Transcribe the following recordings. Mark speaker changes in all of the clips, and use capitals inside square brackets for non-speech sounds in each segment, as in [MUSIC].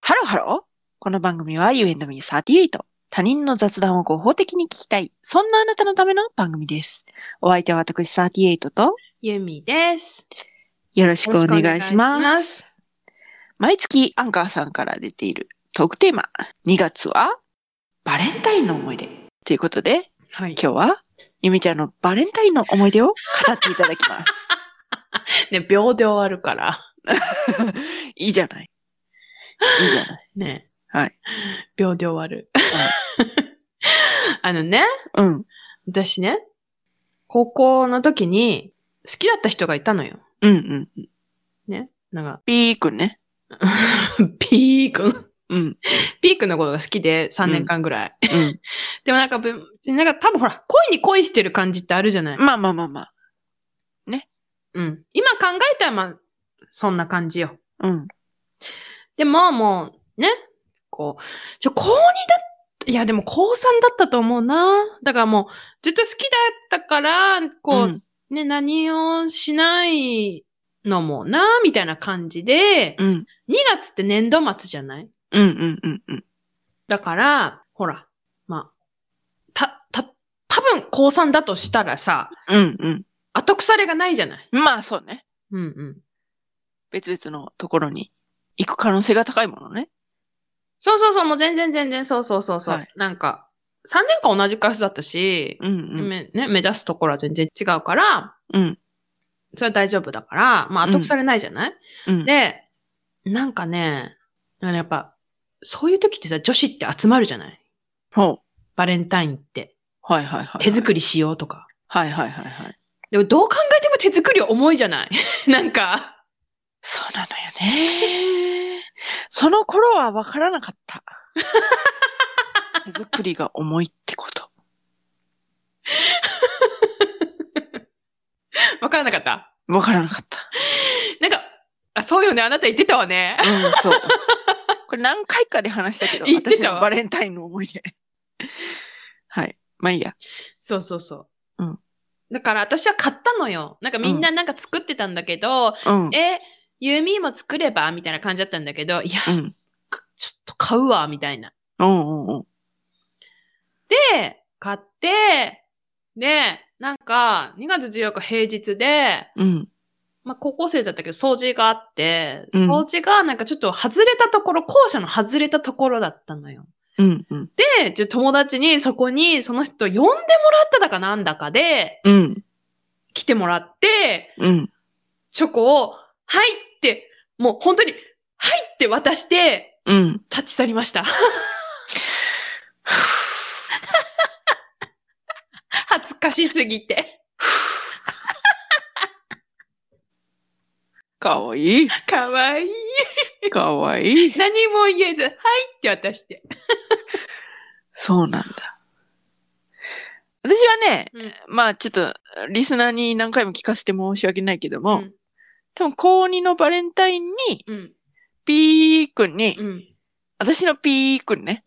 Speaker 1: ハローハロー。この番組は You and me38。他人の雑談を合法的に聞きたい。そんなあなたのための番組です。お相手は私38と
Speaker 2: ゆみです。
Speaker 1: よろしくお願いします。
Speaker 2: す。
Speaker 1: 毎月アンカーさんから出ているトークテーマ。2月はバレンタインの思い出。ということで、
Speaker 2: はい。
Speaker 1: 今日はゆみちゃんのバレンタインの思い出を語っていただきます。 [LAUGHS]
Speaker 2: ね、秒で終わるから。
Speaker 1: いいじゃない。いいじゃない。
Speaker 2: ね。
Speaker 1: はい。
Speaker 2: 秒で終わる
Speaker 1: はい。
Speaker 2: [LAUGHS] あのね、
Speaker 1: うん。
Speaker 2: 私ね、高校の時に好きだった人がいたのよ。
Speaker 1: うんうん。
Speaker 2: ね。なんか、 [LAUGHS]
Speaker 1: ピーくんね。
Speaker 2: ピー君。
Speaker 1: うん。
Speaker 2: ピー君のことが好きで3年間ぐらい。
Speaker 1: うん。
Speaker 2: でもなんか、ぶなんか多分ほら、恋に恋してる感じってあるじゃない。
Speaker 1: まあまあまあまあ。
Speaker 2: うん。今考えたらまあ、そんな感じよ。
Speaker 1: うん。
Speaker 2: でも、もう、ね、こう、ちょ、高2だった、いや、でも高3だったと思うな。だからもう、ずっと好きだったから、こう、
Speaker 1: ん
Speaker 2: ね、何をしないのもな、みたいな感じで、
Speaker 1: うん。
Speaker 2: 2月って年度末じゃない
Speaker 1: うんうんうんうん。
Speaker 2: だから、ほら、まあ、た、た、多分高3だとしたらさ、
Speaker 1: うん
Speaker 2: 後腐れがないじゃない
Speaker 1: うん。まあそうね。
Speaker 2: うんうん。
Speaker 1: 別々のところに行く可能性が高いものね。
Speaker 2: そうそうそう、もう全然全然、そうそうそうそう。
Speaker 1: はい
Speaker 2: なんか、3年間同じクラスだったし、
Speaker 1: うんうん。
Speaker 2: めね、目指すところは全然違うから、
Speaker 1: うん
Speaker 2: それは大丈夫だから、まあ、
Speaker 1: うん
Speaker 2: 後腐れないじゃない、
Speaker 1: うん。
Speaker 2: で、なんかね、なんかねやっぱ、そういう時ってさ、女子って集まるじゃない
Speaker 1: ほう。
Speaker 2: バレンタインって。
Speaker 1: はいはいはい。
Speaker 2: 手作りしようとか。
Speaker 1: はいはいはいはい。
Speaker 2: でも、どう考えても手作りは重いじゃない [LAUGHS] なんか、
Speaker 1: そうなのよね。その頃は分からなかった。手作りが重いってこと。
Speaker 2: わからなかった。
Speaker 1: 分からなかった。
Speaker 2: なんか、あ、そうよね、あなた言ってた
Speaker 1: [LAUGHS]
Speaker 2: わね。
Speaker 1: うん、そう。これ何回かで話したけど、
Speaker 2: 言って
Speaker 1: 私
Speaker 2: た
Speaker 1: の
Speaker 2: わ
Speaker 1: バレンタインの思い出。はい。まあいいや。
Speaker 2: そうそうそ
Speaker 1: う
Speaker 2: う。
Speaker 1: ん。
Speaker 2: だから、私は買ったのよ。なんか、みんななんか作ってたんだけど、
Speaker 1: うん。
Speaker 2: え、ユーミーも作ればみたいな感じだったんだけど、いや、
Speaker 1: うん。
Speaker 2: ちょっと買うわ、みたいな。
Speaker 1: うんうんうん。
Speaker 2: で、買って、で、なんか、2月14日平日で、
Speaker 1: うん。
Speaker 2: まあ、高校生だったけど、掃除があって、
Speaker 1: うん
Speaker 2: 掃除がなんかちょっと外れたところ、校舎の外れたところだったのよ。
Speaker 1: うんうん。
Speaker 2: で、じゃあ友達にそこにその人呼んでもらっただかなんだかで、
Speaker 1: うん。
Speaker 2: 来てもらって、
Speaker 1: うん。
Speaker 2: チョコを、はいって、もう本当に、はいって渡して、
Speaker 1: うん。
Speaker 2: 立ち去りました。恥ずかしすぎて。
Speaker 1: かわ
Speaker 2: [LAUGHS]
Speaker 1: いい。
Speaker 2: かわいい。
Speaker 1: かわいい。
Speaker 2: 何も言えず、はいって渡して。
Speaker 1: そうなんだ。私はね、
Speaker 2: うん
Speaker 1: まあちょっと、リスナーに何回も聞かせて申し訳ないけど
Speaker 2: う
Speaker 1: も、
Speaker 2: ん。
Speaker 1: 多分高2のバレンタインに、
Speaker 2: うん。
Speaker 1: ピー君に、
Speaker 2: うん。
Speaker 1: 私のピー君
Speaker 2: [LAUGHS]
Speaker 1: ね。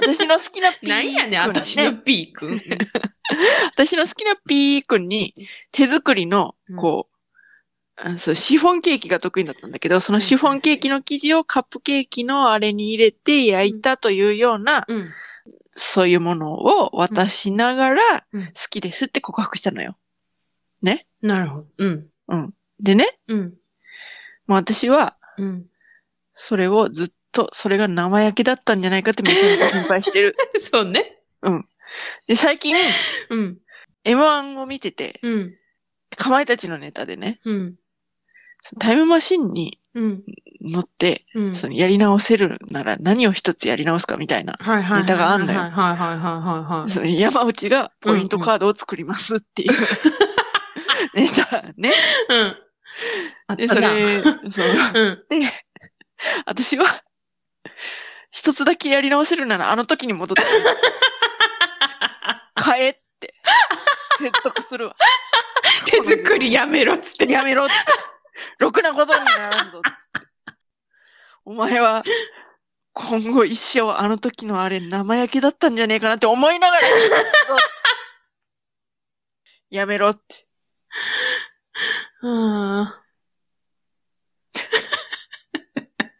Speaker 1: 私の好きなピー君、
Speaker 2: なんやねん、私のピーク。
Speaker 1: 私の好きなピー君に、手作りの
Speaker 2: うん、
Speaker 1: こう、あそう、シフォンケーキが得意だったんだけど、そのシフォンケーキの生地をカップケーキのあれに入れて焼いたというような、
Speaker 2: うん。
Speaker 1: そういうものを渡しながら、
Speaker 2: うんうん
Speaker 1: 好きですって告白したのよ。
Speaker 2: なるほど。うん。
Speaker 1: でね、
Speaker 2: うん。
Speaker 1: もう私は、
Speaker 2: うん。
Speaker 1: それをずっと、それが生焼けだったんじゃないかってめちゃめちゃ心配して
Speaker 2: [LAUGHS]
Speaker 1: る。
Speaker 2: [LAUGHS] そうね。
Speaker 1: で、最近、
Speaker 2: うん。
Speaker 1: M1 を見てて、
Speaker 2: うん。
Speaker 1: かまいたちのネタでね、
Speaker 2: うん。
Speaker 1: そのタイムマシンに
Speaker 2: うん。
Speaker 1: 乗って、
Speaker 2: うん。
Speaker 1: そのやり直せるなら何を一つやり直すかみたいな。
Speaker 2: はいはい。
Speaker 1: ネタがあんのよ
Speaker 2: はいはいはいはいはいはい。
Speaker 1: その山内がポイントカードを作りますっていう、
Speaker 2: [LAUGHS]
Speaker 1: ネタね。
Speaker 2: うん。あっ
Speaker 1: で、
Speaker 2: た
Speaker 1: そ
Speaker 2: な。
Speaker 1: れ、そう。
Speaker 2: うん。
Speaker 1: [LAUGHS] 私は、一つだけやり直せるならあの時に戻
Speaker 2: [LAUGHS]
Speaker 1: ってくる変えって。説得するわ。
Speaker 2: [LAUGHS] 手作りやめろっつって。
Speaker 1: やめろって。ろくなことにならんぞっつって。お前は、今後一生あの時のあれ生焼けだったんじゃねえかなって思いながらやります
Speaker 2: [LAUGHS]
Speaker 1: ぞやめろって。
Speaker 2: うん。
Speaker 1: っ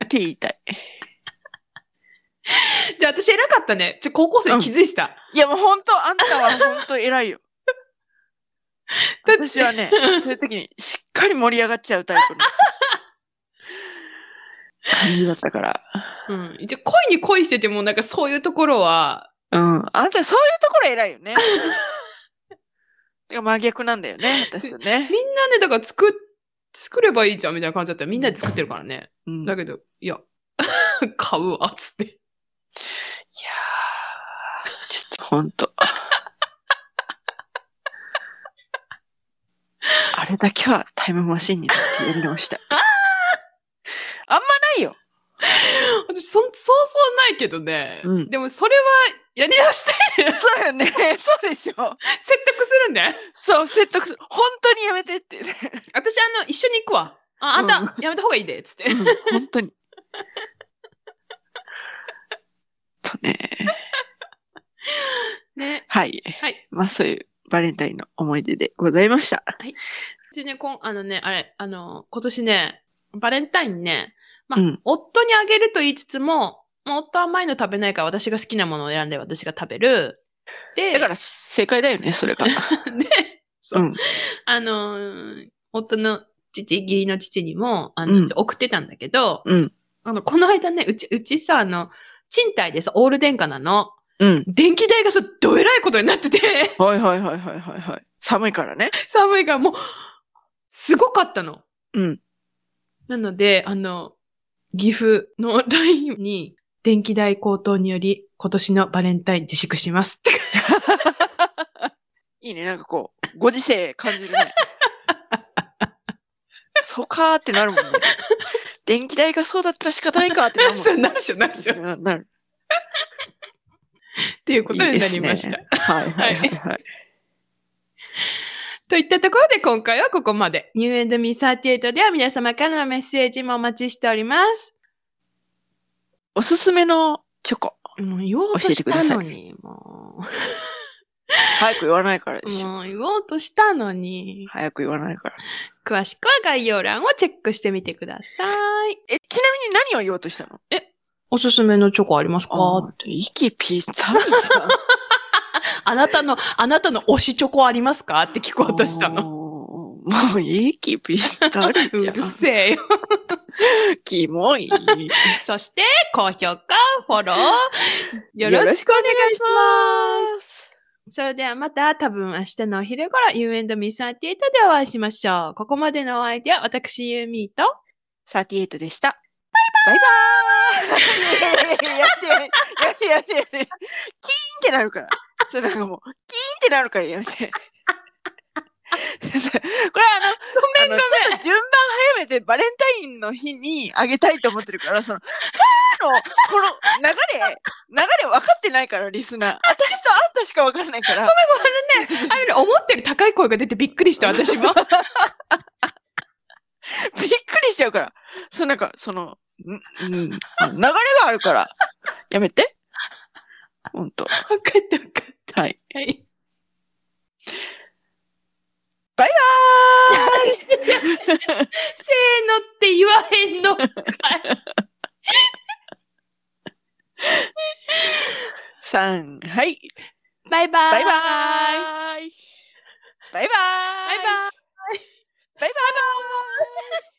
Speaker 1: て言いたい。
Speaker 2: じゃあ私偉かったね。ちょ、高校生気づいてた。
Speaker 1: いやもう本当、あんたは本当偉いよ。
Speaker 2: だって
Speaker 1: 私はね、そういう時にしっかり盛り上がっちゃうタイ [LAUGHS] プの感じだったから。
Speaker 2: うん。一応恋に恋してても、なんかそういうところは、
Speaker 1: うん。あなたそういうところ偉いよね。てか真逆なんだよね、私と [LAUGHS] ね。
Speaker 2: みんなね、だから作っ、作ればいいじゃんみたいな感じだったよみんなで作ってるからね。
Speaker 1: うん、い
Speaker 2: だ
Speaker 1: や
Speaker 2: けど、いや、 [LAUGHS] 買うわ、つって。
Speaker 1: ーちょっとほんと。 [LAUGHS] あれだけはタイムマシンになってやり直 [LAUGHS] したい。あんまないよ。
Speaker 2: 私、そん、そうそうないけどね。
Speaker 1: うん
Speaker 2: でも、それは、やりだして、 [LAUGHS]
Speaker 1: そうよね。そうでしょ。
Speaker 2: 説得するんで。
Speaker 1: そう、説得する。本当にやめてって、ね。
Speaker 2: 私、あの、一緒に行くわ。あ、あんた、やめた方がいいで、つって。
Speaker 1: 本当に。とね。
Speaker 2: ね。
Speaker 1: はい。
Speaker 2: はい。
Speaker 1: まあそういうバレンタインの思い出でございました。
Speaker 2: うちね、こん、あのね、あれ、あの、今年ね、バレンタインね、まあ、
Speaker 1: うん
Speaker 2: 夫にあげると言いつつも、もう夫は甘いの食べないから私が好きなものを選んで私が食べる。で、
Speaker 1: だから正解だよね、そ
Speaker 2: [LAUGHS]
Speaker 1: れが。
Speaker 2: で、そうう。
Speaker 1: ん。
Speaker 2: あのー夫の父、義理の父にも、あの、
Speaker 1: うん
Speaker 2: 送ってたんだけど、
Speaker 1: うん。
Speaker 2: あの、この間ね、うち、うちさ、あの、賃貸でさ、オール電化なの。
Speaker 1: うん。
Speaker 2: 電気代がさ、どえらいことになってて、
Speaker 1: はいはいはいはいはいはい。寒いからね。
Speaker 2: [LAUGHS] 寒いからもう、すごかったの。
Speaker 1: うん。
Speaker 2: なので、あの、岐阜の LINE に、電気代高騰により、今年のバレンタイン自粛しますって。
Speaker 1: いいね、なんかこう、ご時世感じる
Speaker 2: [LAUGHS]
Speaker 1: ね。そうかーってなるもんね。電気代がそうだったら仕方ないかーってなるもん
Speaker 2: [LAUGHS] そうなるっしょ、なるっしょ。っ
Speaker 1: うんなる。
Speaker 2: ていうこと
Speaker 1: いい
Speaker 2: に
Speaker 1: で
Speaker 2: な
Speaker 1: す
Speaker 2: り
Speaker 1: ね
Speaker 2: ました。
Speaker 1: はいはいはいはい。
Speaker 2: といったところで今回はここまで。New and Me38 では皆様からのメッセージもお待ちしております。
Speaker 1: おすすめのチョコ。
Speaker 2: もう言おうとしたのに、も
Speaker 1: 早く言わないから
Speaker 2: う。
Speaker 1: でしょ。
Speaker 2: もう言おうとしたのに。
Speaker 1: 早く言わないから。
Speaker 2: 詳しくは概要欄をチェックしてみてください。
Speaker 1: え、ちなみに何を言おうとしたの
Speaker 2: おすすめのチョコありますか
Speaker 1: あー息ぴったりじゃん。
Speaker 2: あなたの、あなたの推しチョコありますかって聞こうとしたの。
Speaker 1: おーもう息ぴったり
Speaker 2: う
Speaker 1: じゃ [LAUGHS] ん
Speaker 2: る。せえ [LAUGHS] よ。
Speaker 1: キモい。
Speaker 2: そして、高評価、フォロ [LAUGHS] ー、よろしく
Speaker 1: くお願いします。
Speaker 2: それではまた多分明日のお昼頃 You and me38 でお会いしましょう。ここまでのお相手は私ユーミ [LAUGHS] ーと
Speaker 1: 38でした。バイバーイ [LAUGHS] やってやってやってやってやって。キーンってなるから。それなんかもう、キーンってなるからやめて。 [LAUGHS] これあの、
Speaker 2: ごめん
Speaker 1: あの
Speaker 2: ご
Speaker 1: ちょっと順番早めてバレンタインの日にあげたいと思ってるから、その、あの、この流れ、流れ分かってないから、リスナー。私とあんたしか分からないから。
Speaker 2: めんごめんね。あれね、思ったより高い声が出てびっくりした私 [LAUGHS] も。
Speaker 1: びっくりしちゃうから。そう、なんか、その、んん流れがあるから。やめて。ほんと。
Speaker 2: 分かった分かった。
Speaker 1: はい。
Speaker 2: はい。
Speaker 1: バイ
Speaker 2: せーのって言わへん [LAUGHS] のかい。
Speaker 1: バーイ !3、はい。
Speaker 2: バ
Speaker 1: バイバーイ
Speaker 2: イバイ。
Speaker 1: バ
Speaker 2: イ。
Speaker 1: イバーイ
Speaker 2: バイバイ。
Speaker 1: バイバーイ